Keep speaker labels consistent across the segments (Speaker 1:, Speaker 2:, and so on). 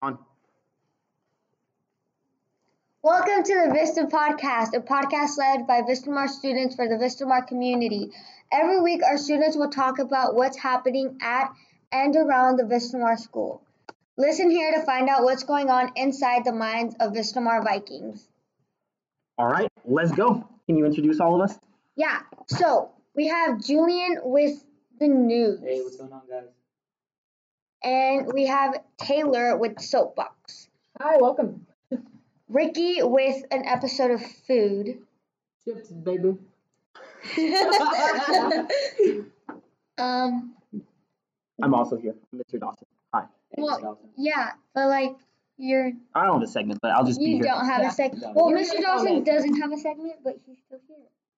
Speaker 1: On.
Speaker 2: Welcome to the Vista Podcast, a podcast led by Vistamar students for the Vistamar community. Every week, our students will talk about what's happening at and around the Vistamar school. Listen here to find out what's going on inside the minds of Vistamar Vikings.
Speaker 1: All right, let's go. Can you introduce all of us?
Speaker 2: Yeah, so we have Julian with the news,
Speaker 3: Hey, what's going on, guys?
Speaker 2: and we have Taylor with Soapbox,
Speaker 4: Hi, welcome.
Speaker 2: Ricky with an episode of Food.
Speaker 4: Chips, baby.
Speaker 2: um,
Speaker 1: I'm also here, Mr. Dawson. Hi.
Speaker 3: Hey,
Speaker 2: Well,
Speaker 3: Mr. Dalton.
Speaker 2: yeah, but like you're
Speaker 1: I don't have a segment, but I'll just be
Speaker 2: You
Speaker 1: here.
Speaker 2: don't have
Speaker 4: Yeah.
Speaker 2: a segment.
Speaker 3: No.
Speaker 2: Well,
Speaker 4: You're
Speaker 2: Mr.
Speaker 4: just
Speaker 2: Dawson
Speaker 4: always-
Speaker 2: doesn't have a segment, but he's still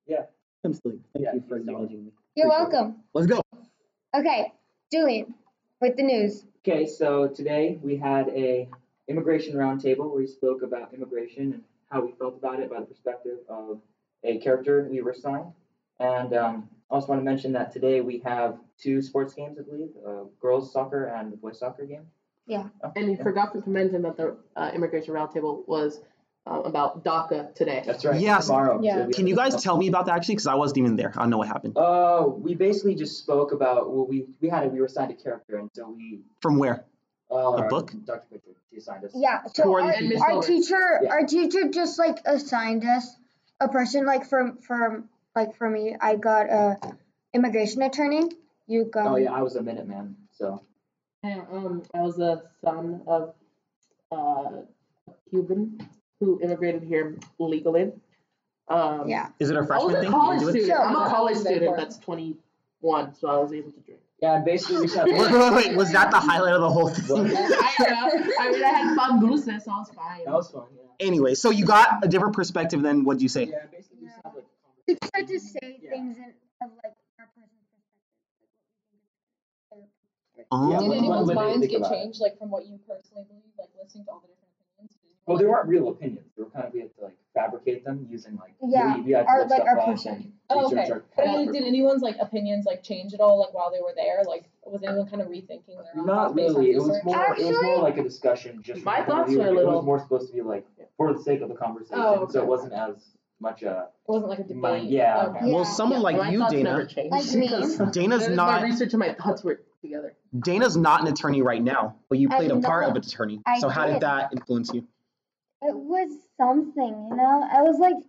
Speaker 2: here.
Speaker 1: I'm still here. Thank
Speaker 3: Yeah,
Speaker 1: you for
Speaker 3: he's here.
Speaker 1: acknowledging me.
Speaker 2: You're
Speaker 1: Appreciate it.
Speaker 2: welcome.
Speaker 1: Let's go.
Speaker 2: Okay, Julian, with the news.
Speaker 3: Okay, so today we had a immigration roundtable where we spoke about immigration and how we felt about it by the perspective of a character we were assigned. And um, I also want to mention that today we have two sports games, I believe, uh, girls soccer and the boys soccer game.
Speaker 2: Yeah.
Speaker 3: Oh,
Speaker 4: And you
Speaker 3: yeah.
Speaker 4: forgot to mention that the uh, immigration roundtable was uh, about DACA today.
Speaker 3: That's right.
Speaker 1: Yes.
Speaker 3: Tomorrow.
Speaker 2: Yeah.
Speaker 3: So we-
Speaker 1: Can you guys tell me about that actually? Because I wasn't even there. I don't know what happened.
Speaker 3: Uh, we basically just spoke about well, we we had a, we were assigned a character, and so we
Speaker 1: From where?
Speaker 3: uh,
Speaker 1: A book?
Speaker 3: Dr. Butcher, she assigned us.
Speaker 2: Yeah.
Speaker 1: Who
Speaker 2: So
Speaker 1: are
Speaker 2: our,
Speaker 1: these
Speaker 4: people?
Speaker 2: our teacher,
Speaker 3: Yeah.
Speaker 2: our teacher just like assigned us a person. Like for for like for me, I got a immigration attorney. You got.
Speaker 3: Oh yeah, I was a Minuteman, so
Speaker 4: Yeah, um, I was the son of uh, a Cuban who immigrated here legally. Um,
Speaker 2: Yeah.
Speaker 1: Is it a
Speaker 4: I was
Speaker 1: freshman
Speaker 4: a
Speaker 1: thing?
Speaker 4: college
Speaker 1: Can you do
Speaker 4: student.
Speaker 1: it?
Speaker 2: Sure.
Speaker 4: I'm a college
Speaker 5: Yeah.
Speaker 4: student that's 21, so I was able to drink.
Speaker 3: yeah, and basically we just had
Speaker 1: Wait, wait, wait, Was that the highlight of the whole thing?
Speaker 4: I, don't know. I mean, I had bamboozled, so I was fine.
Speaker 2: Oh,
Speaker 3: That was fun. Yeah.
Speaker 1: anyway, so you got a different perspective than what'd you say?
Speaker 3: Yeah, basically we just had like.
Speaker 2: We tried to say
Speaker 3: Yeah.
Speaker 2: things in of like our person's perspective.
Speaker 1: Oh.
Speaker 5: Did
Speaker 3: what-
Speaker 5: anyone's
Speaker 3: what do you
Speaker 5: minds
Speaker 3: think
Speaker 5: get
Speaker 3: about it?
Speaker 5: changed, like from what you personally believe, like listening to all the different opinions? Did anyone,
Speaker 3: Well,
Speaker 5: like,
Speaker 3: they weren't real opinions. They were kind of we had to like fabricate them using like
Speaker 2: Yeah,
Speaker 3: we, we had to
Speaker 2: our-
Speaker 3: look
Speaker 2: like,
Speaker 3: stuff
Speaker 2: our
Speaker 3: up
Speaker 2: person.
Speaker 3: and
Speaker 5: Oh,
Speaker 3: research
Speaker 5: okay.
Speaker 3: our-
Speaker 5: But I mean, did anyone's like opinions like change at all, like while they were there? Like, was anyone kind of rethinking their own
Speaker 3: Not
Speaker 5: thoughts based on
Speaker 3: really. It was
Speaker 5: research?
Speaker 3: more. it was
Speaker 2: Actually-
Speaker 3: more like a discussion. Just
Speaker 4: My
Speaker 3: from-
Speaker 4: thoughts
Speaker 3: it
Speaker 4: were a
Speaker 3: was- It
Speaker 4: little-
Speaker 3: was more supposed to be like for the sake of the conversation,
Speaker 5: Oh, okay.
Speaker 3: so it wasn't as much a.
Speaker 5: It wasn't like a debate.
Speaker 3: Mine- yeah.
Speaker 5: Okay.
Speaker 2: Yeah.
Speaker 1: Well, someone
Speaker 4: Yeah, my
Speaker 1: like you,
Speaker 4: thoughts never
Speaker 1: Dana.
Speaker 4: changed.
Speaker 2: Like me.
Speaker 4: because
Speaker 1: Dana's
Speaker 4: My
Speaker 1: not
Speaker 4: research and my thoughts were together.
Speaker 1: Dana's not an attorney right now, but you
Speaker 2: I
Speaker 1: played a part
Speaker 2: know.
Speaker 1: of an attorney.
Speaker 2: I
Speaker 1: so how
Speaker 2: did.
Speaker 1: did that influence you?
Speaker 2: It was something, you know. I was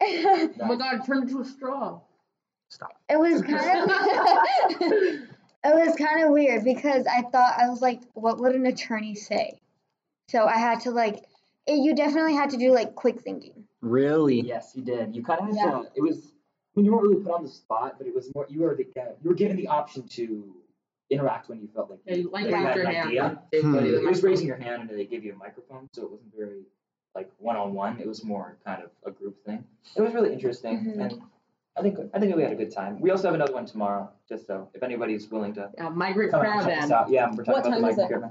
Speaker 2: like.
Speaker 4: Oh my god, it turned into a straw.
Speaker 1: Stop.
Speaker 2: It was kind of it was kind of weird because I thought I was like, what would an attorney say? So I had to like, it, you definitely had to do like quick thinking.
Speaker 1: Really?
Speaker 3: Yes, you did. You kind of had
Speaker 5: Yeah.
Speaker 3: to. It was. I mean, you weren't really put on the spot, but it was more. You were the guy. You were given the option to interact when you felt like.
Speaker 4: Yeah, you like
Speaker 3: you
Speaker 4: raised
Speaker 3: had
Speaker 4: your
Speaker 3: an
Speaker 4: hand.
Speaker 3: idea.
Speaker 4: They
Speaker 1: Hmm.
Speaker 3: But it, it was
Speaker 4: raised-
Speaker 3: raising your hand, and they gave you a microphone, so it wasn't very like one on one. It was more kind of a group thing. It was really interesting,
Speaker 2: Mhm.
Speaker 3: and I think I think we had a good time. We also have another one tomorrow, just so if anybody's willing to
Speaker 4: Uh, migrant
Speaker 3: come out and
Speaker 4: crowd
Speaker 3: check us
Speaker 4: in.
Speaker 3: out. Yeah, we're talking
Speaker 5: What
Speaker 3: about the
Speaker 5: time is
Speaker 3: migrant
Speaker 5: it?
Speaker 3: caravan.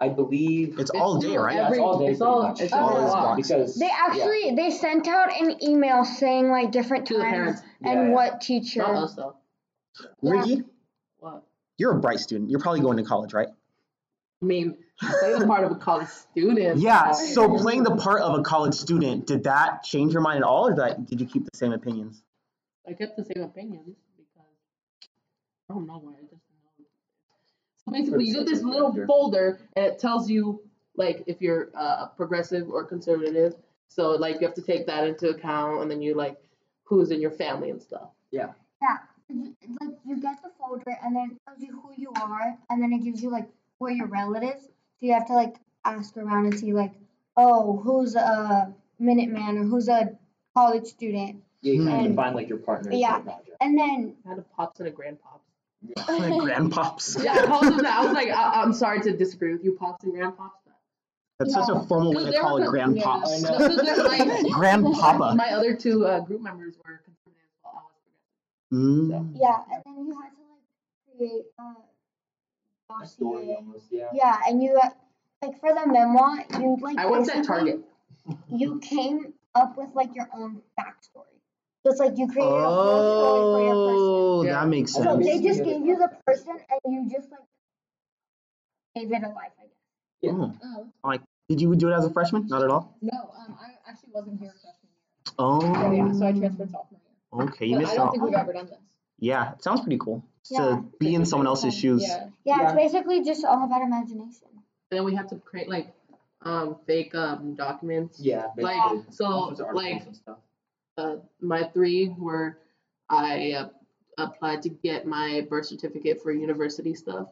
Speaker 3: I believe
Speaker 1: It's all day, right?
Speaker 3: Yeah, it's
Speaker 4: every-
Speaker 3: all day
Speaker 4: it's
Speaker 3: pretty
Speaker 4: all-
Speaker 3: much.
Speaker 4: it's
Speaker 2: all
Speaker 3: Yeah,
Speaker 4: blocked.
Speaker 3: because
Speaker 2: They
Speaker 3: yeah,
Speaker 2: actually they sent out an email saying like different
Speaker 4: To the
Speaker 2: times
Speaker 4: parents. Uh-huh.
Speaker 2: and
Speaker 3: yeah,
Speaker 2: what teacher.
Speaker 4: Not us though.
Speaker 2: Yeah.
Speaker 1: Ricky,
Speaker 4: What?
Speaker 1: you're a bright student. You're probably going to college, right?
Speaker 4: I mean, play the part of a college student.
Speaker 1: Yeah. So playing the part of a college student, did that change your mind at all, or did, that, did you keep the same opinions?
Speaker 4: I kept the same opinions because I don't know why I just know. So basically, you get this little folder and it tells you like if you're uh, progressive or conservative. So like you have to take that into account, and then you like who's in your family and stuff.
Speaker 2: You- Like you get the folder and then it tells you who you are and then it gives you like who are your relatives. So you have to like ask around and see like, oh, who's a Minuteman or who's a college student,
Speaker 3: yeah, you kind
Speaker 2: Hmm.
Speaker 3: of find like your partner.
Speaker 2: Yeah. and then
Speaker 4: I had a pops and a grandpops.
Speaker 1: Like grandpops.
Speaker 4: Yeah, I called them that. I was like, I- I'm sorry to disagree with you, pops and grandpops.
Speaker 1: That's such a formal way
Speaker 4: Because
Speaker 1: to
Speaker 4: they
Speaker 1: call it
Speaker 4: were con- yeah.
Speaker 1: grandpops.
Speaker 3: I know.
Speaker 4: Because they're like-
Speaker 1: Grandpapa.
Speaker 4: My other two uh, group members were conservative. while I was progressive.
Speaker 1: Mm.
Speaker 2: Yeah, and then you had to like create a
Speaker 3: A story
Speaker 2: dossier.
Speaker 3: almost, yeah.
Speaker 2: Yeah, and you uh, like for the memoir, you like
Speaker 4: I worked at
Speaker 2: basically-
Speaker 4: Target.
Speaker 2: You came up with like your own backstory. So it's like you created a whole story for your
Speaker 1: Oh,
Speaker 4: Yeah.
Speaker 1: that makes
Speaker 3: I
Speaker 2: person.
Speaker 3: thought
Speaker 2: So
Speaker 1: sense.
Speaker 2: they
Speaker 3: basically
Speaker 2: just
Speaker 3: you had
Speaker 2: gave
Speaker 3: a
Speaker 2: you the person, and you just like gave it a life. I guess.
Speaker 3: Yeah.
Speaker 1: Oh.
Speaker 5: Oh,
Speaker 1: Did you do it as a freshman? Not at all.
Speaker 5: no, um, I actually wasn't here freshman year.
Speaker 1: Oh.
Speaker 5: So yeah, so I transferred sophomore year.
Speaker 1: Okay, you
Speaker 5: But I
Speaker 1: missed
Speaker 5: don't
Speaker 1: out.
Speaker 5: think we've ever done this.
Speaker 1: Yeah, it sounds pretty cool
Speaker 2: Yeah.
Speaker 1: to be in someone else's shoes.
Speaker 5: Yeah.
Speaker 2: Yeah, it's basically just all about imagination.
Speaker 4: then we have to create like um fake um documents.
Speaker 3: Yeah.
Speaker 4: Like
Speaker 3: basically. All
Speaker 4: so
Speaker 3: sorts of
Speaker 4: like
Speaker 3: articles and stuff.
Speaker 4: uh, my three were I uh, applied to get my birth certificate for university stuff.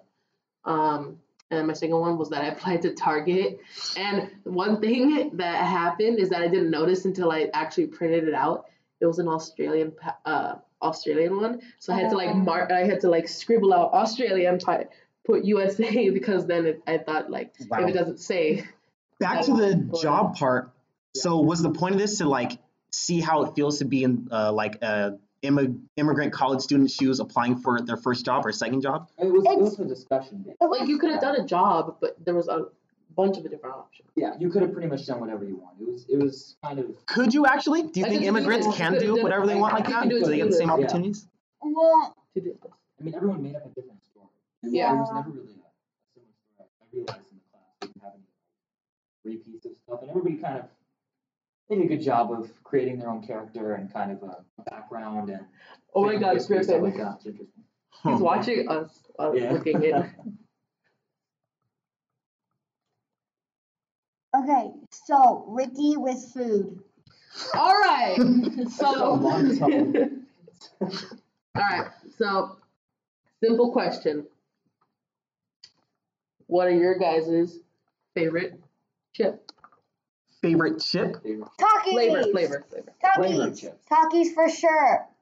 Speaker 4: Um, and my second one was that I applied to Target. And one thing that happened is that I didn't notice until I actually printed it out. It was an Australian pa- uh, Australian one, so I had to like mark. I had to like scribble out Australia and type put USA because then it, I thought like if
Speaker 1: Wow.
Speaker 4: it doesn't say
Speaker 1: Back to the job part.
Speaker 3: Yeah.
Speaker 1: So was the point of this to like see how it feels to be in uh, like a immi- immigrant college student shoes applying for their first job or second job?
Speaker 3: It was, it
Speaker 2: It's-
Speaker 3: was a discussion.
Speaker 2: It
Speaker 4: like
Speaker 2: was-
Speaker 4: you could have done a job, but there was a bunch of different options.
Speaker 3: Yeah, you could have pretty much done whatever you want. It was it was kind of
Speaker 1: Could you actually? Do you
Speaker 4: I
Speaker 1: think
Speaker 4: could do
Speaker 1: immigrants
Speaker 4: this.
Speaker 1: can
Speaker 4: Could
Speaker 1: do
Speaker 4: do-
Speaker 1: whatever they want like
Speaker 4: I
Speaker 1: that?
Speaker 4: could do
Speaker 1: Do they get the same
Speaker 4: this.
Speaker 3: Yeah.
Speaker 1: opportunity?
Speaker 2: well,
Speaker 4: To do this.
Speaker 3: I mean everyone made up a different story. There
Speaker 4: Yeah.
Speaker 3: was never really a a similar story. I realized in the class we didn't have any repeats of stuff and everybody kind of did a good job of creating their own character and kind of a background and
Speaker 4: Oh my God,
Speaker 3: history and stuff
Speaker 4: Griffin.
Speaker 3: like that. It's interesting.
Speaker 4: He's
Speaker 1: Huh.
Speaker 4: watching us uh,
Speaker 3: Yeah.
Speaker 4: looking in.
Speaker 2: okay, so Ricky with food.
Speaker 5: All right.
Speaker 4: So,
Speaker 3: Long time.
Speaker 4: all right. So, simple question. What are your guys' favorite chip?
Speaker 1: Favorite chip?
Speaker 3: They were-
Speaker 2: Takis.
Speaker 4: Flavor, flavor, flavor.
Speaker 3: Flavor
Speaker 2: Takis.
Speaker 3: chips.
Speaker 2: Takis for sure.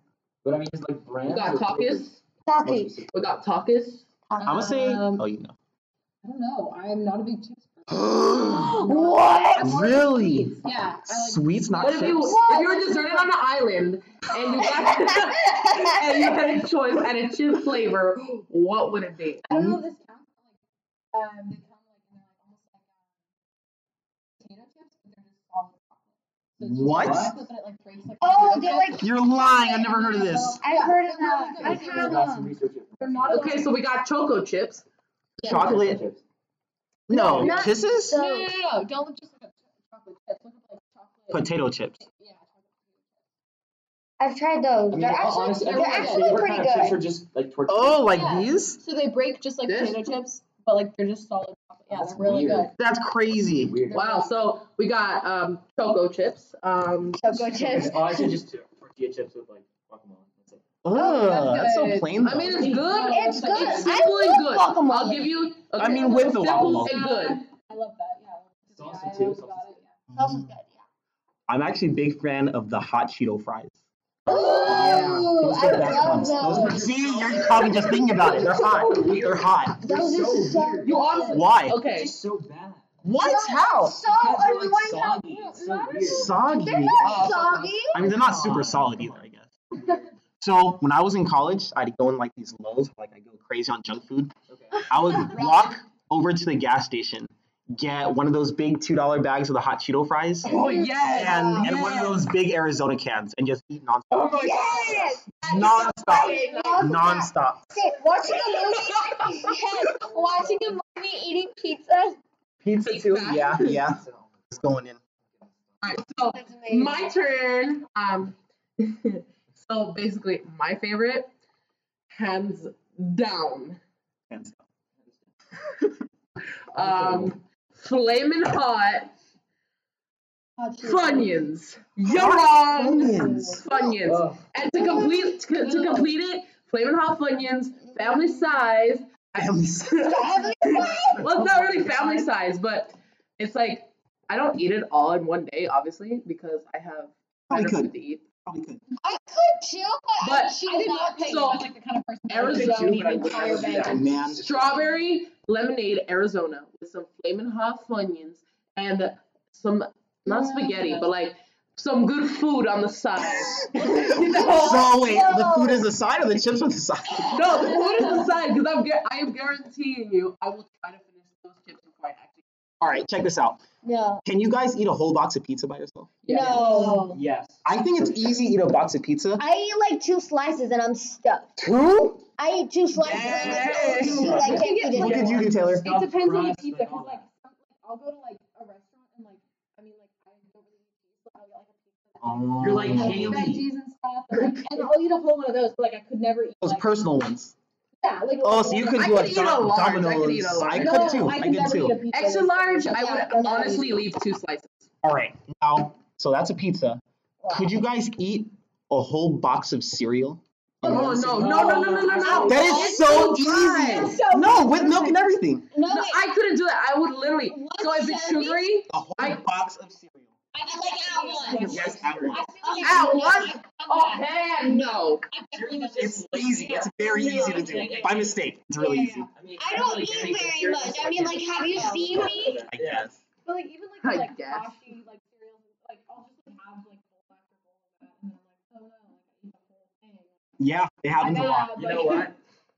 Speaker 3: But I mean it's like brands.
Speaker 4: We got
Speaker 3: or flavors? More
Speaker 4: Takis.
Speaker 2: Takis.
Speaker 3: specific.
Speaker 4: We got Takis.
Speaker 1: I'm gonna say.
Speaker 5: Um,
Speaker 1: Oh, you know.
Speaker 5: I don't know. I'm not a big chips person.
Speaker 1: what?
Speaker 5: I'm more of a
Speaker 1: Really?
Speaker 5: sweets. Yeah. I like
Speaker 1: Sweets, not
Speaker 4: What if you
Speaker 1: chips.
Speaker 4: if you were deserted on an island and you got and you had a choice and a chip flavor? What would it be?
Speaker 1: Um,
Speaker 5: I don't know if this counts, but like, um, they come like in like almost like um, potato chips, but they're just solid chocolate. So it's just
Speaker 1: What?
Speaker 5: chocolate, but it, like, breaks, like,
Speaker 2: Oh,
Speaker 5: into
Speaker 2: they're
Speaker 5: chocolate.
Speaker 2: like.
Speaker 1: You're lying. I've never heard of this.
Speaker 2: I've heard of that.
Speaker 5: They're
Speaker 2: I've
Speaker 5: not
Speaker 3: We
Speaker 2: had
Speaker 5: good.
Speaker 3: got some
Speaker 2: them.
Speaker 3: research information.
Speaker 5: They're not
Speaker 4: Okay, so we got choco chips.
Speaker 5: Yeah.
Speaker 1: Chocolate
Speaker 3: Chips.
Speaker 1: No,
Speaker 2: Not
Speaker 1: kisses?
Speaker 5: No, no, no, no, Don't look just look at ch- chocolate chips. Look at like chocolate.
Speaker 1: Potato chips.
Speaker 5: Yeah. chocolate
Speaker 2: I've tried those.
Speaker 3: I mean, uh,
Speaker 2: they're actually,
Speaker 3: honestly,
Speaker 2: they're
Speaker 3: I think my
Speaker 2: actually
Speaker 3: favorite
Speaker 2: pretty
Speaker 3: kind
Speaker 2: good.
Speaker 3: of chips are just like tortilla.
Speaker 1: Oh, like
Speaker 5: Yeah.
Speaker 1: these?
Speaker 5: chips. So they break just like
Speaker 4: This?
Speaker 5: potato chips, but like they're just solid chocolate. Yeah,
Speaker 3: That's
Speaker 5: they're really
Speaker 3: weird.
Speaker 5: good.
Speaker 1: That's crazy.
Speaker 3: weird.
Speaker 4: Wow, so we got um choco chips. Um
Speaker 2: Choco chips.
Speaker 3: Oh, I should just tortilla chips with like guacamole. That's it.
Speaker 1: Ugh, Oh, that's so
Speaker 5: good.
Speaker 1: plain.
Speaker 4: I mean
Speaker 1: though.
Speaker 4: it's good.
Speaker 2: It's good.
Speaker 4: It's
Speaker 2: I
Speaker 4: simple and good.
Speaker 2: love guacamole.
Speaker 4: I'll give you okay,
Speaker 1: I mean, with the
Speaker 4: simple
Speaker 1: guacamole.
Speaker 4: and good.
Speaker 5: I love that. Yeah.
Speaker 3: Salsa
Speaker 5: Just, yeah, I
Speaker 3: too,
Speaker 5: always
Speaker 3: salsa
Speaker 5: got it,
Speaker 3: too.
Speaker 5: yeah.
Speaker 2: Those are good,
Speaker 1: I'm actually a big fan of the hot Cheeto fries.
Speaker 2: yeah. Ooh,
Speaker 1: Those are the
Speaker 2: I
Speaker 1: best
Speaker 2: love
Speaker 1: ones. Those are-
Speaker 2: those.
Speaker 1: see, you're probably just thinking about it. They're hot. They're hot.
Speaker 2: Those are
Speaker 3: so
Speaker 2: so
Speaker 3: weird.
Speaker 4: You honestly-
Speaker 1: Why?
Speaker 3: It's
Speaker 4: Okay.
Speaker 3: just so bad.
Speaker 1: What?
Speaker 2: No,
Speaker 1: How?
Speaker 2: So
Speaker 3: Because they're
Speaker 2: annoying.
Speaker 3: like soggy. It's so
Speaker 5: Why
Speaker 3: weird.
Speaker 1: Soggy.
Speaker 2: They're not
Speaker 3: Oh,
Speaker 2: soggy.
Speaker 1: I mean, they're not super solid either, I guess. So when I was in college, I'd go in like these lows, like I go crazy on junk food.
Speaker 3: Okay.
Speaker 1: I would walk over to the gas station, get one of those big two dollar bags of the hot Cheeto fries, and,
Speaker 4: Oh yes.
Speaker 1: and one of those big Arizona cans, and just eat nonstop,
Speaker 4: Oh my
Speaker 2: Yes.
Speaker 1: nonstop,
Speaker 2: I love that.
Speaker 1: nonstop.
Speaker 2: Sit, watching a movie. yes, watching a movie, eating pizza.
Speaker 1: Pizza too.
Speaker 4: Pizza.
Speaker 1: Yeah, yeah. It's going in.
Speaker 4: Alright, so
Speaker 2: That's amazing.
Speaker 4: my turn. Um so basically my favorite, hands down.
Speaker 1: Hands
Speaker 4: Um flamin' hot
Speaker 2: Hot cheese.
Speaker 4: Funyuns. You're wrong.
Speaker 1: Funyuns.
Speaker 4: Funyuns.
Speaker 3: Oh,
Speaker 4: And to complete to, to complete it, Flamin' Hot Funyuns, family size.
Speaker 1: Family size.
Speaker 2: Family size?
Speaker 4: well, it's not really family size, but it's like I don't eat it all in one day, obviously, because I have
Speaker 1: Probably
Speaker 4: better
Speaker 1: could.
Speaker 4: food to eat.
Speaker 1: Probably could.
Speaker 2: I could too, but,
Speaker 4: But
Speaker 2: I
Speaker 5: I
Speaker 2: choose not
Speaker 5: did not
Speaker 2: to.
Speaker 5: think
Speaker 4: So,
Speaker 5: I was like the kind of person that would
Speaker 4: Arizona-
Speaker 5: just eat an
Speaker 3: but I would
Speaker 5: entire
Speaker 3: never do
Speaker 5: bag.
Speaker 3: that.
Speaker 1: Man.
Speaker 4: Strawberry lemonade Arizona with some Flamin' Hot Funyuns and some not spaghetti, but like some good food on the side.
Speaker 1: So wait, the food is the side or the chips are the side?
Speaker 4: No, the food is aside because I'm gu- I am guaranteeing you I will try to finish those chips before I actually.
Speaker 1: All right, check this out.
Speaker 2: No.
Speaker 1: Can you guys eat a whole box of pizza by yourself?
Speaker 2: No.
Speaker 3: Yes.
Speaker 1: I think it's easy to eat a box of pizza.
Speaker 2: I eat like two slices and I'm stucked.
Speaker 1: Two?
Speaker 2: I eat two slices and I'm
Speaker 4: Yes.
Speaker 2: so confused. I can't eat
Speaker 1: What
Speaker 2: it.
Speaker 1: did you do, Taylor?
Speaker 5: It depends on the pizza, cause like some-
Speaker 1: Oh,
Speaker 4: You're like
Speaker 2: Oh,
Speaker 5: like
Speaker 4: Haley.
Speaker 5: veggies and stuff. And, like, and I'll eat a whole one of those, but like I could never eat.
Speaker 1: Those
Speaker 5: like,
Speaker 1: personal ones.
Speaker 5: Yeah, like.
Speaker 1: Oh, so you could
Speaker 4: I
Speaker 1: do
Speaker 4: could
Speaker 1: a,
Speaker 4: eat
Speaker 1: dom-
Speaker 4: a large. I could
Speaker 1: Domino's.
Speaker 4: eat a large.
Speaker 1: I
Speaker 5: no,
Speaker 1: could too.
Speaker 5: I
Speaker 1: I,
Speaker 5: could
Speaker 1: could
Speaker 5: never
Speaker 1: too.
Speaker 5: eat a pizza.
Speaker 4: Extra
Speaker 5: with-
Speaker 4: large,
Speaker 5: yeah,
Speaker 4: I would
Speaker 5: that's not
Speaker 4: honestly
Speaker 5: easy.
Speaker 4: leave two slices.
Speaker 1: All right. Now, so that's a pizza.
Speaker 5: Wow.
Speaker 1: Could you guys eat a whole box of cereal?
Speaker 4: Oh,
Speaker 1: in
Speaker 4: no,
Speaker 1: one
Speaker 4: no,
Speaker 1: sitting?
Speaker 4: no, no, no, no, no, no.
Speaker 1: That
Speaker 4: It's
Speaker 1: is so
Speaker 4: dry.
Speaker 1: easy.
Speaker 5: So
Speaker 1: No, with milk and everything.
Speaker 5: No,
Speaker 4: No,
Speaker 5: wait,
Speaker 4: I couldn't do that. I would literally.
Speaker 5: What
Speaker 4: So if it's
Speaker 5: jelly?
Speaker 4: sugary,
Speaker 1: A whole
Speaker 4: I-
Speaker 1: box of cereal.
Speaker 5: I I like at one.
Speaker 1: Yes, at once.
Speaker 4: at one, oh man, no.
Speaker 1: It's easy. It's very easy to do. By mistake, it's really easy.
Speaker 2: I don't eat very much. I mean, like, have you seen me?
Speaker 1: I guess.
Speaker 5: But like even like
Speaker 4: I
Speaker 5: with, like
Speaker 4: guess.
Speaker 5: Kashi, like cereals, like I'll just like have like bowl after bowl of that, and then I'm like, oh no, like I eat the whole thing.
Speaker 1: Yeah, it happens a
Speaker 5: "Oh, I
Speaker 1: lot.
Speaker 5: know,
Speaker 3: You
Speaker 5: but-
Speaker 3: know what?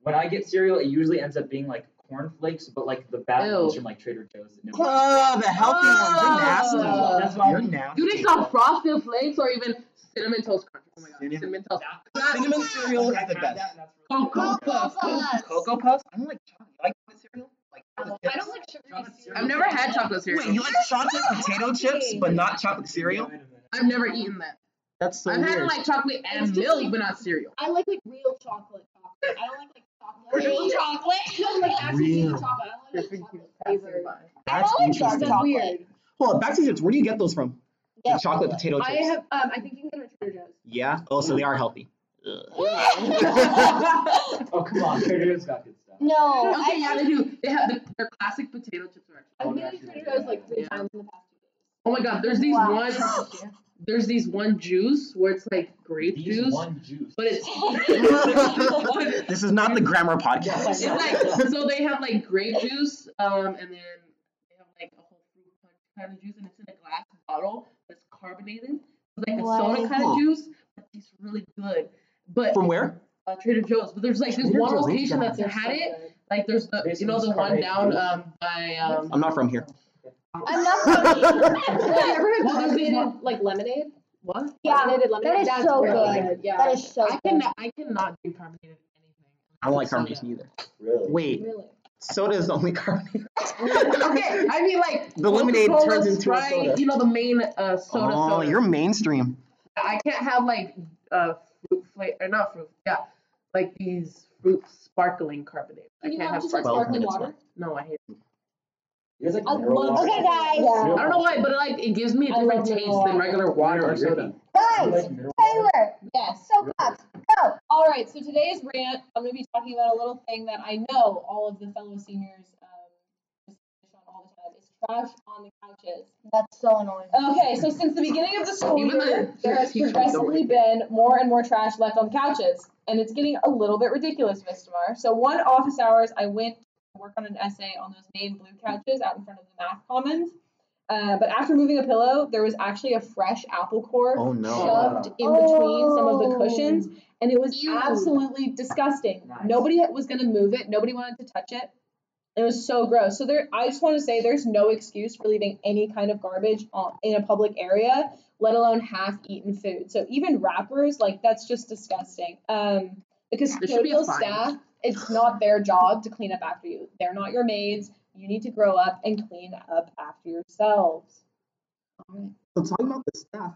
Speaker 3: When I get cereal, it usually ends up being like cornflakes, but like the bad
Speaker 4: Ew.
Speaker 3: ones from like Trader Joe's. No,
Speaker 1: Oh, the healthy ones. You're nasty.
Speaker 4: Oh.
Speaker 3: That's why-
Speaker 1: You're nasty.
Speaker 4: You didn't call frosted flakes or even cinnamon toast crunch. Oh my god,
Speaker 1: Cinnamon-
Speaker 4: cinnamon toast.
Speaker 1: Cinnamon cereal is the best.
Speaker 2: Oh,
Speaker 4: Cocoa Puffs.
Speaker 1: Cocoa Puffs? I don't like chocolate. You like chocolate cereal? Like chocolate
Speaker 5: I
Speaker 1: chips?
Speaker 5: don't like sugary
Speaker 3: Chocolate
Speaker 5: cereal.
Speaker 3: cereal.
Speaker 4: I've never had chocolate cereal.
Speaker 1: Wait, you like chocolate potato chips, but not chocolate cereal?
Speaker 4: I've never eaten that.
Speaker 1: That's so
Speaker 4: I've had
Speaker 1: weird.
Speaker 4: like chocolate and
Speaker 5: It's just
Speaker 4: milk,
Speaker 5: like-
Speaker 4: but not cereal.
Speaker 5: I like like real chocolate chocolate. I don't like like chocolate.
Speaker 2: Real chocolate?
Speaker 5: No, like actually
Speaker 1: Real.
Speaker 5: real chocolate. I don't like chocolate flavor.
Speaker 1: That's
Speaker 2: I don't like dark
Speaker 1: interesting.
Speaker 2: chocolate.
Speaker 5: weird.
Speaker 1: Hold on, back to chips. Where do you get those from? The
Speaker 2: Yeah.
Speaker 1: chocolate potato
Speaker 5: I
Speaker 1: chips.
Speaker 5: have um I think you can get it at Trader Joe's.
Speaker 1: Yeah. Oh, so they are healthy. Ugh.
Speaker 3: Oh come on, Trader Joe's got good stuff.
Speaker 2: No.
Speaker 4: Okay,
Speaker 2: Oh, I-
Speaker 4: yeah, they do. They have the, their classic potato chips. Are actually-
Speaker 5: I've been at Trader Joe's like three
Speaker 4: Yeah.
Speaker 5: times in the past two days.
Speaker 4: oh my god, there's these
Speaker 2: Wow.
Speaker 4: one. There's these one juice where it's like grape
Speaker 3: These
Speaker 4: juice,
Speaker 3: one juice.
Speaker 4: but it's.
Speaker 1: this is not the grammar podcast.
Speaker 4: It's like so they have like grape juice, um, and then they have like a whole fruit punch kind of juice, and it's in a glass bottle that's carbonated, it's like a soda kind
Speaker 1: Wow.
Speaker 4: of juice, but tastes really good. But
Speaker 1: From where?
Speaker 4: uh, Trader Joe's, but there's like this
Speaker 1: Trader
Speaker 4: one
Speaker 1: Joe's,
Speaker 4: location
Speaker 1: yeah.
Speaker 4: that's
Speaker 5: They're
Speaker 4: had
Speaker 5: so
Speaker 4: it.
Speaker 5: good.
Speaker 4: Like there's the you know the one down um by um.
Speaker 1: I'm not from here.
Speaker 2: I'm not from here.
Speaker 5: Have you ever
Speaker 4: Well,
Speaker 5: had
Speaker 4: there's this
Speaker 5: carbonated like lemonade?
Speaker 4: What?
Speaker 2: Yeah,
Speaker 5: Carbonated lemonade.
Speaker 2: that is
Speaker 5: That's
Speaker 2: so
Speaker 5: really
Speaker 2: good.
Speaker 5: Yeah.
Speaker 2: that is so
Speaker 4: I
Speaker 2: good.
Speaker 4: cannot. I cannot do carbonated anything.
Speaker 1: I don't like carbonation either.
Speaker 3: really.
Speaker 1: Wait,
Speaker 5: Really.
Speaker 1: soda is the only carbonated.
Speaker 4: okay, I mean like
Speaker 1: The lemonade
Speaker 4: Coca-Cola,
Speaker 1: turns into a
Speaker 4: Sprite,
Speaker 1: soda.
Speaker 4: You know the main uh, soda.
Speaker 1: Oh,
Speaker 4: soda.
Speaker 1: you're mainstream.
Speaker 4: I can't have like uh fruit flavor or not fruit. Yeah, like these fruit sparkling carbonated. I
Speaker 5: Can you
Speaker 4: can't
Speaker 5: not
Speaker 4: have
Speaker 5: just like
Speaker 1: Twelve
Speaker 4: sparkling.
Speaker 5: sparkling
Speaker 1: minutes
Speaker 5: water?
Speaker 4: No, I hate. It.
Speaker 3: You guys like
Speaker 5: I
Speaker 3: mineral
Speaker 5: love-
Speaker 3: water?
Speaker 2: Okay, guys.
Speaker 5: Yeah.
Speaker 4: I don't know why, but it, like it gives me a
Speaker 5: I
Speaker 4: different
Speaker 5: love
Speaker 4: taste
Speaker 5: mineral
Speaker 4: than
Speaker 5: water.
Speaker 4: regular water or soda.
Speaker 3: You
Speaker 2: Guys,
Speaker 3: like mineral water?
Speaker 2: Taylor,
Speaker 5: Yes.
Speaker 2: soapbox, go.
Speaker 5: All right. So today's rant, I'm going to be talking about a little thing that I know all of the fellow seniors um, just finish on all the time. It's trash on the couches.
Speaker 2: That's so annoying.
Speaker 5: Okay. So since the beginning of the school
Speaker 4: Even
Speaker 5: year,
Speaker 4: the-
Speaker 5: there has
Speaker 4: teachers don't
Speaker 5: progressively
Speaker 4: like
Speaker 5: been more and more trash left on couches, and it's getting a little bit ridiculous, Miss Tamar. So one office hours, I went to work on an essay on those main blue couches out in front of the math commons. Uh, but after moving a pillow, there was actually a fresh apple core
Speaker 1: Oh no.
Speaker 5: shoved in between some of the cushions, and it was
Speaker 4: Ew.
Speaker 5: absolutely disgusting.
Speaker 3: Nice.
Speaker 5: Nobody was going to move it. Nobody wanted to touch it. It was so gross. So there, I just want to say there's no excuse for leaving any kind of garbage on, in a public area, let alone half-eaten food. So even wrappers, like that's just disgusting. Um, the
Speaker 4: There should be a
Speaker 5: custodial
Speaker 4: fine.
Speaker 5: staff, it's not their job to clean up after you. They're not your maids. You need to grow up and clean up after yourselves.
Speaker 1: So talking about the staff,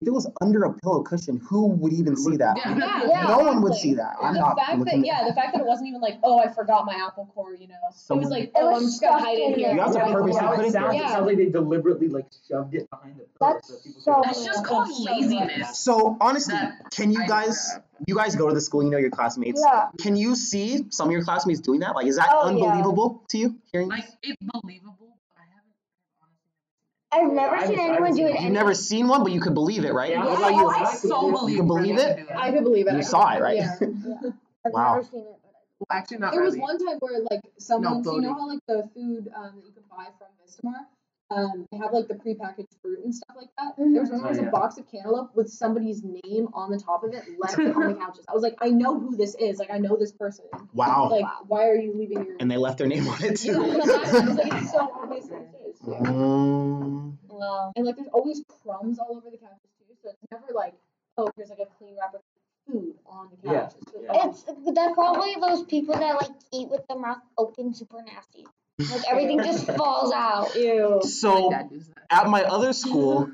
Speaker 1: if it was under a pillow cushion, who would even see that?
Speaker 4: Yeah.
Speaker 5: Yeah,
Speaker 1: no one would
Speaker 5: exactly.
Speaker 1: see that. I'm
Speaker 5: the
Speaker 1: not
Speaker 5: fact
Speaker 1: looking
Speaker 5: that yeah, the fact that it wasn't even like, oh, I forgot my apple core, you know.
Speaker 1: Someone-
Speaker 5: it was like,
Speaker 2: It
Speaker 5: oh,
Speaker 2: was
Speaker 5: I'm just gonna
Speaker 2: stuffed
Speaker 5: hide it
Speaker 2: in
Speaker 5: here.
Speaker 1: there. You have to
Speaker 5: Like,
Speaker 3: Like,
Speaker 1: purposely
Speaker 3: how
Speaker 1: put
Speaker 3: it
Speaker 1: it there.
Speaker 3: sounds, it
Speaker 5: Yeah.
Speaker 3: sounds like they deliberately like shoved it behind the pillow
Speaker 2: That's
Speaker 3: so people
Speaker 2: so-
Speaker 3: could-
Speaker 4: That's just
Speaker 2: Oh,
Speaker 4: called
Speaker 2: that's so
Speaker 4: laziness.
Speaker 1: So honestly,
Speaker 4: That
Speaker 1: can you
Speaker 4: I-
Speaker 1: guys you guys go to the school, you know your classmates.
Speaker 2: Yeah.
Speaker 1: Can you see some of your classmates doing that? Like is that
Speaker 2: Oh, yeah.
Speaker 1: unbelievable to you hearing
Speaker 4: Like
Speaker 1: this?
Speaker 4: it's believable. but I haven't honestly.
Speaker 2: I've never
Speaker 3: I
Speaker 2: seen
Speaker 3: was- I
Speaker 2: anyone
Speaker 3: was-
Speaker 2: do it.
Speaker 3: you've
Speaker 1: You've
Speaker 2: any-
Speaker 1: never seen one, but you could believe it, right?
Speaker 3: Yeah.
Speaker 1: What
Speaker 3: Yeah.
Speaker 1: about you?
Speaker 3: I-
Speaker 1: You can believe it?
Speaker 5: I could believe it.
Speaker 1: You
Speaker 5: I
Speaker 1: saw
Speaker 5: could-
Speaker 1: it, right?
Speaker 5: Yeah.
Speaker 2: I've
Speaker 1: Wow.
Speaker 2: never seen it.
Speaker 4: Well, actually, not
Speaker 5: There was
Speaker 4: really.
Speaker 5: one time where like someone, so you know
Speaker 4: voting.
Speaker 5: how like the food um, that you can buy from Vistamar, um, they have like the prepackaged fruit and stuff like that. There was,
Speaker 2: Mhm.
Speaker 1: Mm-hmm.
Speaker 5: there was
Speaker 3: Oh, yeah.
Speaker 5: a box of cantaloupe with somebody's name on the top of it left on the couches. I was like, I know who this is. Like, I know this person.
Speaker 1: Oh, Wow.
Speaker 5: Like, why are you leaving your?
Speaker 1: And they left their name on it
Speaker 5: Yeah, like, I was
Speaker 1: too.
Speaker 5: like, it's so obvious what it is. too.
Speaker 1: Mm.
Speaker 2: Wow.
Speaker 5: And like there's always crumbs all over the couches too, so it's never like, oh, here's like a clean wrap of food on the
Speaker 3: Yeah,
Speaker 5: couch. It's just,
Speaker 3: yeah.
Speaker 5: like,
Speaker 2: It's that's probably those people that like eat with their mouth open, super nasty. Like everything just falls out.
Speaker 5: Ew.
Speaker 1: So
Speaker 4: That is-
Speaker 1: at my other school,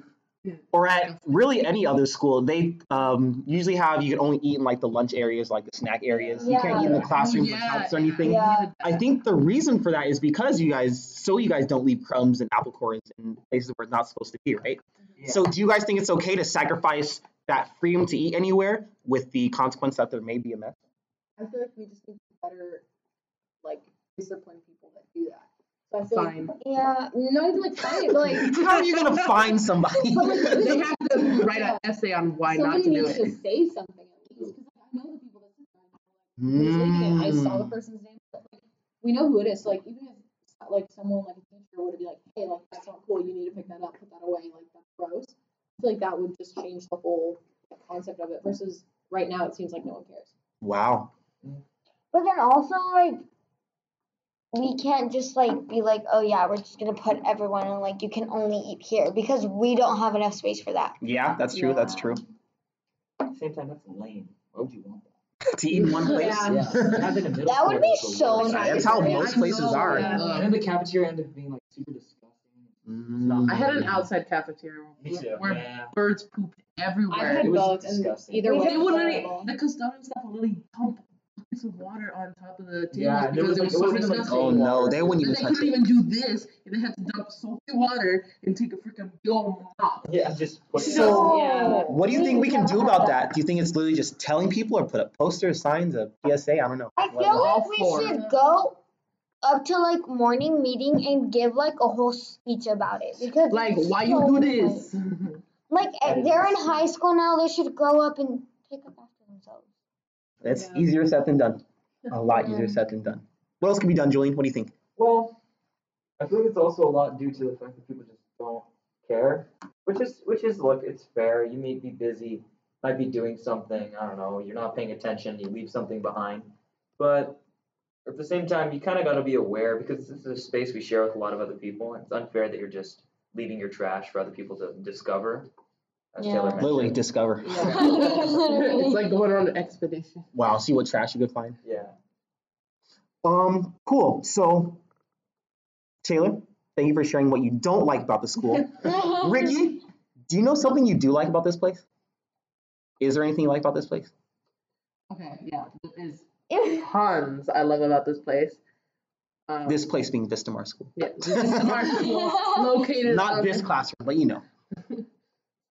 Speaker 1: or at really any other school, they um, usually have you can only eat in like the lunch areas, like the snack areas. You can't eat in the
Speaker 4: Yeah.
Speaker 1: classrooms
Speaker 4: Yeah,
Speaker 1: or cups or anything.
Speaker 5: yeah.
Speaker 1: I think the reason for that is because you guys, so you guys don't leave crumbs and apple cores in places where it's not supposed to be, right?
Speaker 3: Yeah.
Speaker 1: So do you guys think it's okay to sacrifice that freedom to eat anywhere with the consequence that there may be a mess?
Speaker 5: I feel like we just need better, like, discipline people that do that. So I feel like,
Speaker 4: Fine.
Speaker 5: yeah, not even like fine, but like
Speaker 1: How are you gonna find somebody?
Speaker 4: They have to write an essay on why not to
Speaker 5: somebody
Speaker 4: do
Speaker 5: needs to
Speaker 4: it.
Speaker 5: say something at least. Because like, I know the people that who was leaving it. I saw the
Speaker 1: Mm.
Speaker 5: person's name. But, like, we know who it is. So, like, even if like someone like a teacher would be like, "Hey, like that's not cool. You need to pick that up, put that away. Like that's gross." I feel like that would just change the whole concept of it. Versus right now, it seems like no one cares.
Speaker 1: Wow.
Speaker 2: But then also like we can't just like be like, oh yeah, we're just gonna put everyone in like you can only eat here because we don't have enough space for that.
Speaker 1: Yeah, that's true. That's true.
Speaker 3: At the same time, that's lame. Why would you want that?
Speaker 1: To eat in one place.
Speaker 5: Yeah.
Speaker 3: Having a middle
Speaker 2: That would
Speaker 3: school
Speaker 2: be
Speaker 3: is the
Speaker 2: so
Speaker 3: worst.
Speaker 2: nice.
Speaker 1: That's how
Speaker 4: Yeah,
Speaker 1: most
Speaker 4: I
Speaker 1: places
Speaker 4: know,
Speaker 1: are.
Speaker 4: yeah.
Speaker 3: And then the cafeteria ended up being like super disgusting.
Speaker 1: Mm.
Speaker 4: I had an outside cafeteria
Speaker 3: Me too.
Speaker 4: where
Speaker 3: Yeah.
Speaker 4: birds pooped everywhere.
Speaker 5: I've had
Speaker 3: It was
Speaker 5: both, and
Speaker 3: disgusting.
Speaker 5: either
Speaker 4: They
Speaker 5: way,
Speaker 4: would literally,
Speaker 5: terrible.
Speaker 4: the custodian staff would literally dump buckets of water on top of the table
Speaker 3: Yeah, and it
Speaker 4: because
Speaker 3: was
Speaker 4: it was
Speaker 3: like- it
Speaker 4: so
Speaker 3: wasn't even like
Speaker 4: disgusting.
Speaker 1: Oh
Speaker 3: cold.
Speaker 1: no, they wouldn't
Speaker 4: And
Speaker 1: even
Speaker 4: they
Speaker 1: touch it.
Speaker 4: couldn't even do this, and they had to dump salty water and take a freaking big old mop.
Speaker 3: Yeah, just put it
Speaker 1: So-
Speaker 5: Yeah.
Speaker 1: What do you think we can do about that? Do you think it's literally just telling people or put up posters, signs, a PSA? I don't know.
Speaker 2: I
Speaker 1: What-
Speaker 2: feel
Speaker 4: all
Speaker 2: like we
Speaker 4: for.
Speaker 2: should go up to like morning meeting and give like a whole speech about it because
Speaker 4: Like,
Speaker 2: it's
Speaker 4: why
Speaker 2: so
Speaker 4: you do
Speaker 2: annoying.
Speaker 4: this?
Speaker 2: Like
Speaker 3: That is
Speaker 2: they're in
Speaker 3: insane.
Speaker 2: high school now, they should grow up and pick up after themselves.
Speaker 1: It's
Speaker 5: Yeah.
Speaker 1: easier said than done. A lot easier said than done. What else can be done, Julian? What do you think?
Speaker 3: Well, I feel like it's also a lot due to the fact that people just don't care, which is which is look, it's fair. You may be busy, might be doing something. I don't know. You're not paying attention. You leave something behind, but at the same time, you kind of got to be aware because this is a space we share with a lot of other people. It's unfair that you're just leaving your trash for other people to discover. As
Speaker 2: Yeah.
Speaker 3: Taylor mentioned.
Speaker 1: Literally discover.
Speaker 4: it's like going on an expedition.
Speaker 1: Wow, see what trash you could find.
Speaker 3: Yeah.
Speaker 1: Um, cool. So, Taylor, thank you for sharing what you don't like about the school. Ricky, do you know something you do like about this place? Is there anything you like about this place?
Speaker 4: Okay, yeah, there is tons I love about this place. Um,
Speaker 1: This place being Vistamar School.
Speaker 4: yeah, this is our school located
Speaker 1: Not
Speaker 4: on-
Speaker 1: this classroom, but you know.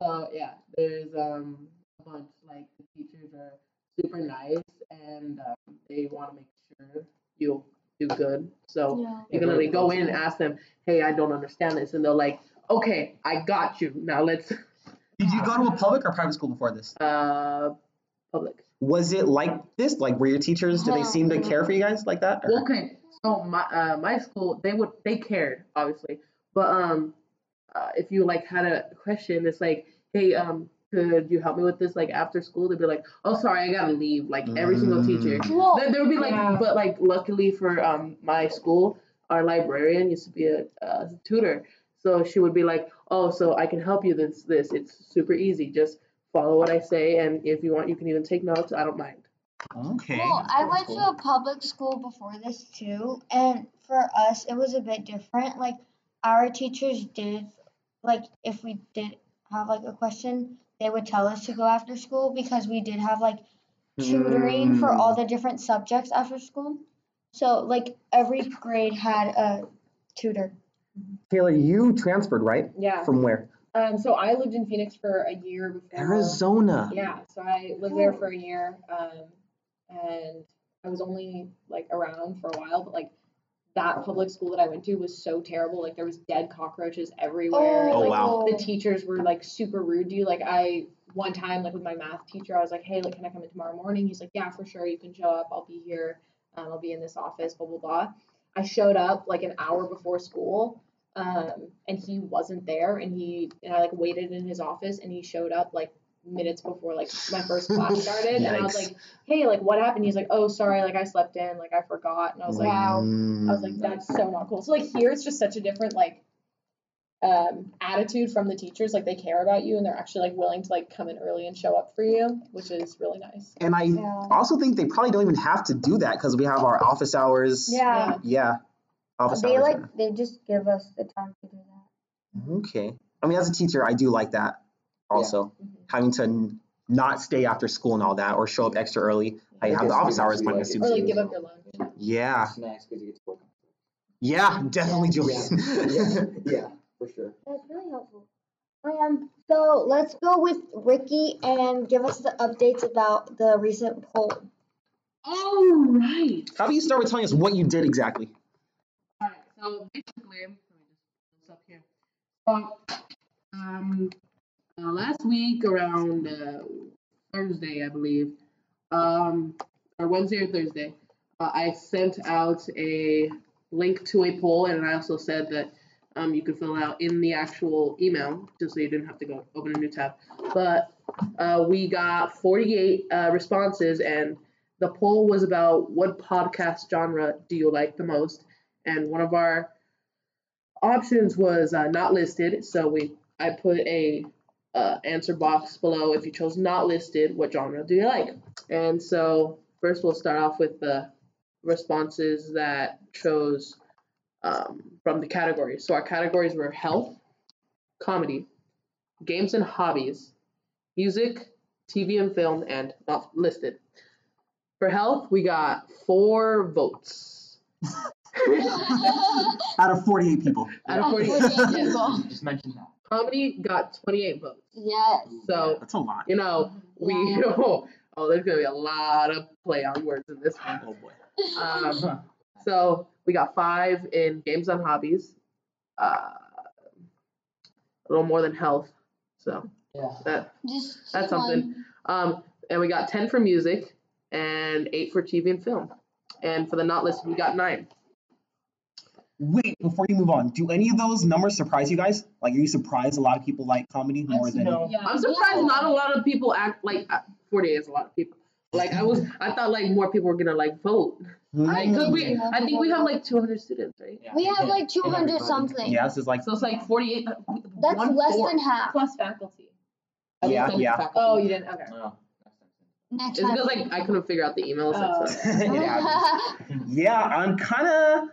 Speaker 4: So yeah, there's um a bunch like the teachers are super nice and um, they want to make sure you do good. So you can really go in and ask them, hey, I don't understand this, and they'll like, okay, I got you. Now let's
Speaker 1: Did you go to a public or private school before this?
Speaker 4: uh public.
Speaker 1: Was it like this? Like, were your teachers? Did
Speaker 5: Uh-huh.
Speaker 1: they
Speaker 2: No.
Speaker 1: seem to care for you guys like that? Or-
Speaker 4: Okay, so my uh, my school they would they cared obviously, but um uh, if you like had a question, it's like hey um could you help me with this like after school? They'd be like oh sorry I gotta leave like every single teacher.
Speaker 1: Mm.
Speaker 2: Well,
Speaker 4: There, there would be like,
Speaker 5: Yeah.
Speaker 4: but like, luckily for um my school, our librarian used to be a uh, tutor, so she would be like, oh, so I can help you this this. It's super easy. Just follow what I say, and if you want, you can even take notes. I don't mind.
Speaker 1: Okay.
Speaker 2: Well, I went to a
Speaker 3: cool.
Speaker 2: public school before this too, and for us it was a bit different. Like our teachers did, like if we did have like a question, they would tell us to go after school because we did have like tutoring
Speaker 1: Hmm.
Speaker 2: for all the different subjects after school. So like every grade had a tutor.
Speaker 1: Taylor, you transferred right
Speaker 5: yeah.
Speaker 1: from where?
Speaker 5: Um. So I lived in Phoenix for a year before.
Speaker 1: Arizona.
Speaker 5: Yeah, so I lived there for a year, um, and I was only like around for a while, but like
Speaker 1: Oh.
Speaker 5: that public school that I went to was so terrible. Like there was dead cockroaches everywhere.
Speaker 1: Oh,
Speaker 5: like,
Speaker 1: wow.
Speaker 5: The teachers were like super rude to you. Like I one time like with my math teacher, I was like, hey, like can I come in tomorrow morning? He's like, yeah, for sure, you can show up. I'll be here. Um, I'll be in this office. Blah blah blah. I showed up like an hour before school. Um, and he wasn't there and he and I like waited in his office and he showed up like minutes before like my first class started and I was
Speaker 1: Yikes.
Speaker 5: like, Hey, like what happened? He's like, Oh sorry, like I slept in, like I forgot and I was like I was
Speaker 1: Mm.
Speaker 5: like, That's so not cool. So like here it's just such a different like um attitude from the teachers, like they care about you and they're actually like willing to like come in early and show up for you, which is really nice.
Speaker 1: and I
Speaker 2: Yeah.
Speaker 1: also think they probably don't even have to do that because we have our office hours.
Speaker 2: Yeah.
Speaker 1: Yeah. Office
Speaker 2: They
Speaker 1: hours.
Speaker 2: like they just give us the time to do that.
Speaker 1: yeah. Okay. I mean, as a teacher, I do like that also.
Speaker 5: Mhm.
Speaker 1: Having to n- not stay after school and all that or show up extra early. I
Speaker 3: It
Speaker 1: have the
Speaker 3: gets
Speaker 1: office
Speaker 3: people
Speaker 1: hours
Speaker 3: to,
Speaker 1: when my
Speaker 3: like,
Speaker 5: Or
Speaker 1: students.
Speaker 5: like
Speaker 3: do
Speaker 5: give up your lunch.
Speaker 1: Yeah.
Speaker 3: Snacks because you get to work.
Speaker 1: Yeah, definitely, Julian.
Speaker 3: Yeah, yeah, for sure.
Speaker 2: That's really helpful. Um, so let's go with Ricky and give us the updates about the recent poll.
Speaker 4: All right.
Speaker 1: How about you start with telling us what you did exactly?
Speaker 4: All right. So basically, let me just put this up here. So, um, uh, last week around uh, Thursday, I believe, um, or Wednesday or Thursday, uh, I sent out a link to a poll, and I also said that um, you could fill out in the actual email, just so you didn't have to go open a new tab. But uh, we got 48 uh, responses, and the poll was about what podcast genre do you like the most, and one of our options was uh, not listed, so we I put a uh, answer box below if you chose not listed, what genre do you like? And so first we'll start off with the responses that chose um, from the categories. So our categories were health, comedy, games and hobbies, music, TV and film, and not listed. For health, we got four votes.
Speaker 1: Out of 48 people.
Speaker 4: Out of 48
Speaker 5: people.
Speaker 3: Just mention that.
Speaker 4: Comedy got 28 votes.
Speaker 2: Yes.
Speaker 4: So,
Speaker 1: That's a lot.
Speaker 4: you know, we, oh, there's going to be a lot of play on words in this one.
Speaker 1: Oh boy.
Speaker 4: Um,
Speaker 3: Huh.
Speaker 4: so, we got five in games on hobbies, uh, a little more than health. So,
Speaker 3: Yeah.
Speaker 4: that
Speaker 2: Just
Speaker 4: that's something. Um, and we got 10 for music and eight for TV and film. And for the not listed, we got nine.
Speaker 1: Wait, before you move on, do any of those numbers surprise you guys? Like, are you surprised a lot of people like comedy more than?
Speaker 3: No.
Speaker 5: Yeah.
Speaker 4: I'm surprised
Speaker 2: Yeah.
Speaker 4: not a lot of people act like uh, 40 is a lot of people. Like I was, I thought like more people were gonna like vote.
Speaker 1: Hmm.
Speaker 4: Like, 'cause we, I think we have like 200 students, right?
Speaker 3: Yeah,
Speaker 2: We have
Speaker 3: yeah.
Speaker 2: like 200
Speaker 3: everybody.
Speaker 2: something.
Speaker 1: Yeah, this is like.
Speaker 4: So it's like 48. uh,
Speaker 2: That's
Speaker 4: one
Speaker 2: less
Speaker 4: fourth.
Speaker 2: than half.
Speaker 5: Plus faculty.
Speaker 4: I
Speaker 1: Yeah,
Speaker 4: looked at the
Speaker 1: yeah.
Speaker 4: faculty.
Speaker 5: Oh, you didn't. Okay.
Speaker 3: No.
Speaker 2: Next
Speaker 4: It's because like I couldn't figure out the emails.
Speaker 5: Oh.
Speaker 4: And stuff.
Speaker 1: it happens. Yeah, I'm kind of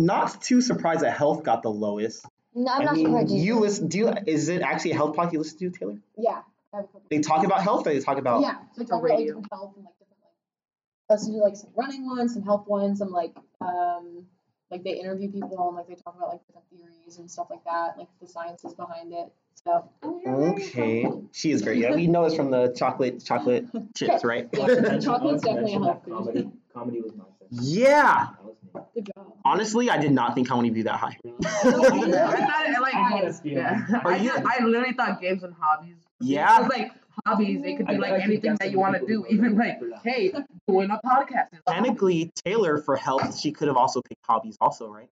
Speaker 1: not too surprised that health got the lowest.
Speaker 2: no, I'm
Speaker 1: I
Speaker 2: not
Speaker 1: mean,
Speaker 2: surprised.
Speaker 1: you listen. Do you, is it actually a health podcast you listen to, Taylor?
Speaker 5: Yeah. I have a couple.
Speaker 1: They talk about health. Or they talk about.
Speaker 5: Yeah. So
Speaker 4: It's a
Speaker 5: talk about like
Speaker 4: radio.
Speaker 5: different health and like different like. Listen to like some running ones, some health ones, some like um like they interview people and like they talk about like different theories and stuff like that, like the sciences behind it. So
Speaker 1: Okay, she is great. Yeah, we know this from the chocolate chocolate chips, right?
Speaker 5: Yeah.
Speaker 3: Mention-
Speaker 5: Chocolate's
Speaker 3: mention
Speaker 5: definitely a
Speaker 3: that
Speaker 5: health food.
Speaker 3: Comedy, comedy was my thing.
Speaker 1: yeah.
Speaker 3: That was me.
Speaker 5: good job.
Speaker 1: Honestly, I did not think I want to be that high.
Speaker 5: Oh
Speaker 4: I thought it, like.
Speaker 3: I had a feeling.
Speaker 4: Yeah.
Speaker 1: Are
Speaker 4: I,
Speaker 1: you-
Speaker 4: just- I literally thought games and hobbies.
Speaker 1: Yeah.
Speaker 4: It's like hobbies. It could
Speaker 3: I-
Speaker 4: be
Speaker 3: I
Speaker 4: like
Speaker 3: could
Speaker 4: anything
Speaker 3: guess
Speaker 4: that
Speaker 3: some
Speaker 4: you want to
Speaker 3: people
Speaker 4: do.
Speaker 3: would
Speaker 4: Even
Speaker 3: vote
Speaker 4: like,
Speaker 3: for that.
Speaker 4: hey, doing a podcast. is a hobby.
Speaker 1: Technically, Taylor for health, she could have also picked hobbies, also, right?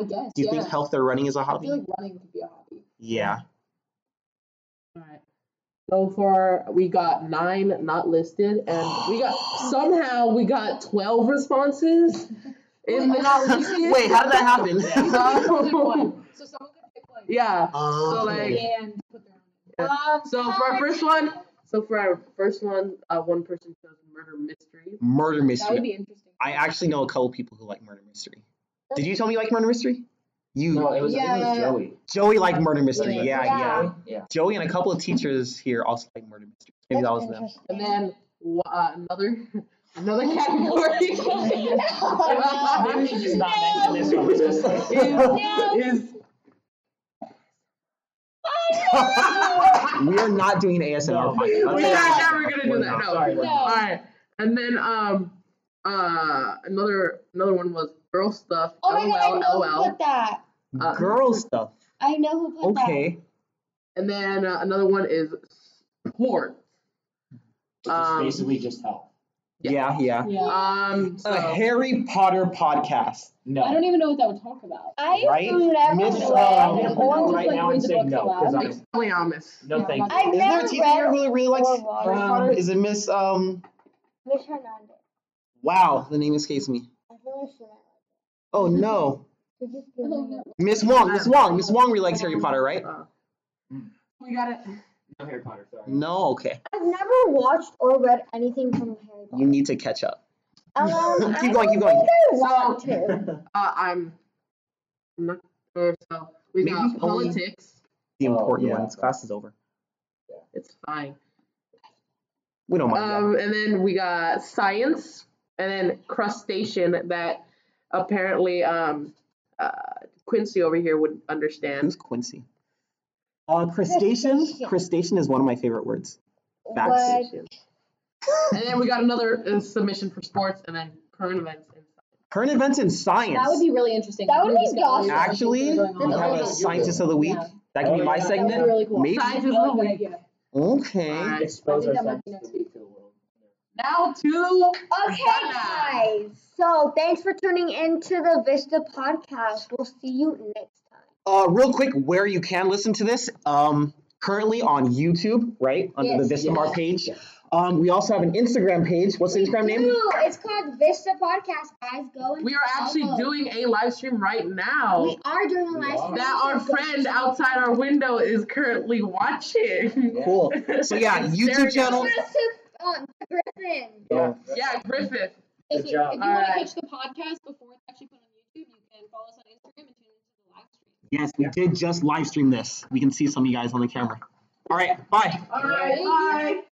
Speaker 5: I guess.
Speaker 1: Do you
Speaker 5: yeah.
Speaker 1: think health or running is a
Speaker 5: I
Speaker 1: hobby?
Speaker 5: feel like running could be a hobby.
Speaker 1: yeah.
Speaker 4: Alright. So far, we got nine not listed, and we got somehow we got twelve responses in the not listed.
Speaker 1: Wait, how did that happen?
Speaker 5: Pick one. So someone could pick like
Speaker 4: yeah.
Speaker 1: Oh.
Speaker 4: like-
Speaker 5: and put their own. Um,
Speaker 4: So for our first one, so for our first one, uh, one person chose murder mystery.
Speaker 1: murder
Speaker 5: That would
Speaker 1: mystery.
Speaker 5: be interesting.
Speaker 1: I actually know a couple people who like murder mystery. Did you tell me you like murder mystery? You
Speaker 3: No, it was, I think it was
Speaker 5: Yeah.
Speaker 3: Joey.
Speaker 1: Joey liked murder mystery.
Speaker 4: Yeah.
Speaker 1: Yeah, yeah,
Speaker 2: Yeah.
Speaker 3: Yeah.
Speaker 1: Joey and a couple of teachers here also like murder mystery. Maybe that was them.
Speaker 4: And then wh- uh, another another category
Speaker 3: Maybe we should just not mention this one.
Speaker 4: is
Speaker 1: we are not doing ASMR.
Speaker 3: No.
Speaker 1: podcast.
Speaker 4: we're
Speaker 1: That's-
Speaker 4: not never gonna do that. No.
Speaker 3: Sorry.
Speaker 5: No.
Speaker 4: All right, and then um uh another another one was girl stuff.
Speaker 2: Oh my god, I
Speaker 4: LOL,
Speaker 2: know
Speaker 4: LOL.
Speaker 2: who put that.
Speaker 4: Uh,
Speaker 1: Girl stuff.
Speaker 2: I know who put that.
Speaker 1: Okay.
Speaker 4: And then uh, another one is sport.
Speaker 3: Which is
Speaker 4: Um,
Speaker 3: basically just Uh, health.
Speaker 1: Yeah, yeah.
Speaker 5: Yeah.
Speaker 4: Um, so,
Speaker 1: A Harry Potter podcast.
Speaker 3: No.
Speaker 5: I don't even know what that would talk about.
Speaker 2: I
Speaker 1: Right?
Speaker 2: never
Speaker 1: Miss uh,
Speaker 2: read
Speaker 1: Brown.
Speaker 3: I'm gonna
Speaker 5: Or
Speaker 3: pronounce
Speaker 5: just,
Speaker 3: right
Speaker 5: like,
Speaker 3: now
Speaker 5: read
Speaker 3: and
Speaker 5: the
Speaker 3: say
Speaker 5: books
Speaker 3: no because
Speaker 5: aloud.
Speaker 3: I'm
Speaker 4: Expelliamus.
Speaker 3: no
Speaker 5: Yeah,
Speaker 3: thank
Speaker 5: that's-
Speaker 2: I've
Speaker 3: you.
Speaker 1: Is there a
Speaker 2: never
Speaker 1: teacher
Speaker 2: read
Speaker 1: here who really likes
Speaker 2: or watched.
Speaker 1: Harry Potter? Is it Miss um?
Speaker 2: Miss Hernandez.
Speaker 1: Wow, the name escapes me.
Speaker 2: I feel like she might like
Speaker 1: Oh no,
Speaker 2: it. She just
Speaker 5: I
Speaker 2: gives
Speaker 5: don't
Speaker 2: me-
Speaker 5: know.
Speaker 1: Miss Wong, Miss Wong, Miss Wong really likes Harry Potter, right?
Speaker 4: Uh, we got it.
Speaker 3: No Harry Potter, sorry.
Speaker 1: No, okay.
Speaker 2: I've never watched or read anything from Harry Potter.
Speaker 1: You need to catch up.
Speaker 2: Um,
Speaker 1: Keep
Speaker 2: I
Speaker 1: going, keep going.
Speaker 2: don't think I want to.
Speaker 4: Uh, I'm. I'm not sure. So we
Speaker 1: Maybe
Speaker 4: got
Speaker 1: only-
Speaker 4: politics.
Speaker 1: the
Speaker 3: Oh,
Speaker 1: important
Speaker 3: yeah.
Speaker 1: ones. Class is over.
Speaker 4: It's fine.
Speaker 1: We don't mind.
Speaker 4: Um, and then we got science, and then crustacean that apparently um, uh, Quincy over here would
Speaker 1: that.
Speaker 4: understand.
Speaker 1: Who's Quincy? Uh, crustacean.
Speaker 2: Crustacean.
Speaker 1: Crustacean is one of my favorite words. Facts.
Speaker 2: What?
Speaker 4: And then we got another uh, submission for sports, and then current events. And
Speaker 1: Current events in science.
Speaker 5: That would be really interesting.
Speaker 2: That would
Speaker 5: We're
Speaker 2: be
Speaker 5: just gonna learn
Speaker 1: Actually,
Speaker 5: what's going
Speaker 1: we
Speaker 5: on.
Speaker 1: have
Speaker 4: Yeah.
Speaker 1: a scientist of the week.
Speaker 5: Yeah.
Speaker 1: That could be
Speaker 3: Oh,
Speaker 1: my
Speaker 3: yeah.
Speaker 5: That would be
Speaker 1: segment.
Speaker 5: really cool.
Speaker 1: Maybe.
Speaker 4: Science
Speaker 5: I
Speaker 4: is
Speaker 5: like
Speaker 4: the
Speaker 5: that
Speaker 4: week.
Speaker 5: idea.
Speaker 4: All
Speaker 1: Okay.
Speaker 4: right.
Speaker 3: Expose
Speaker 5: I think
Speaker 3: ourselves
Speaker 5: that might
Speaker 3: to
Speaker 5: be next
Speaker 3: the to the world.
Speaker 4: Now to
Speaker 2: Okay,
Speaker 4: Bye.
Speaker 2: guys. So thanks for tuning in to the Vista podcast. We'll see you next time.
Speaker 1: Uh, real quick, where you can listen to this, um, currently on YouTube, right under the
Speaker 2: Yes.
Speaker 1: Vistamar
Speaker 4: Yes.
Speaker 1: page. Um, we also have an Instagram page. What's the Instagram name?
Speaker 2: Ooh, it's called Vista Podcast, guys. Go and
Speaker 4: we are actually
Speaker 2: follow.
Speaker 4: doing a live stream right
Speaker 2: We
Speaker 4: now
Speaker 2: are doing a
Speaker 3: We
Speaker 2: live
Speaker 3: are.
Speaker 2: stream.
Speaker 4: that our
Speaker 2: Go
Speaker 4: friend
Speaker 2: check
Speaker 4: outside our window is currently watching.
Speaker 3: Yeah.
Speaker 1: Cool. So yeah,
Speaker 4: It's
Speaker 1: YouTube
Speaker 4: very
Speaker 1: channel.
Speaker 2: Shout out to, um, Griffin.
Speaker 3: Yeah.
Speaker 4: Yeah, Griffith.
Speaker 5: If
Speaker 3: Good
Speaker 5: you,
Speaker 3: job.
Speaker 5: if you want to
Speaker 4: Alright.
Speaker 5: catch the podcast before it's actually put on YouTube, you can follow us on Instagram and tune into the live stream.
Speaker 1: Yes, we did just live stream this. We can see some of you guys on the camera. All right, bye.
Speaker 4: All right, bye.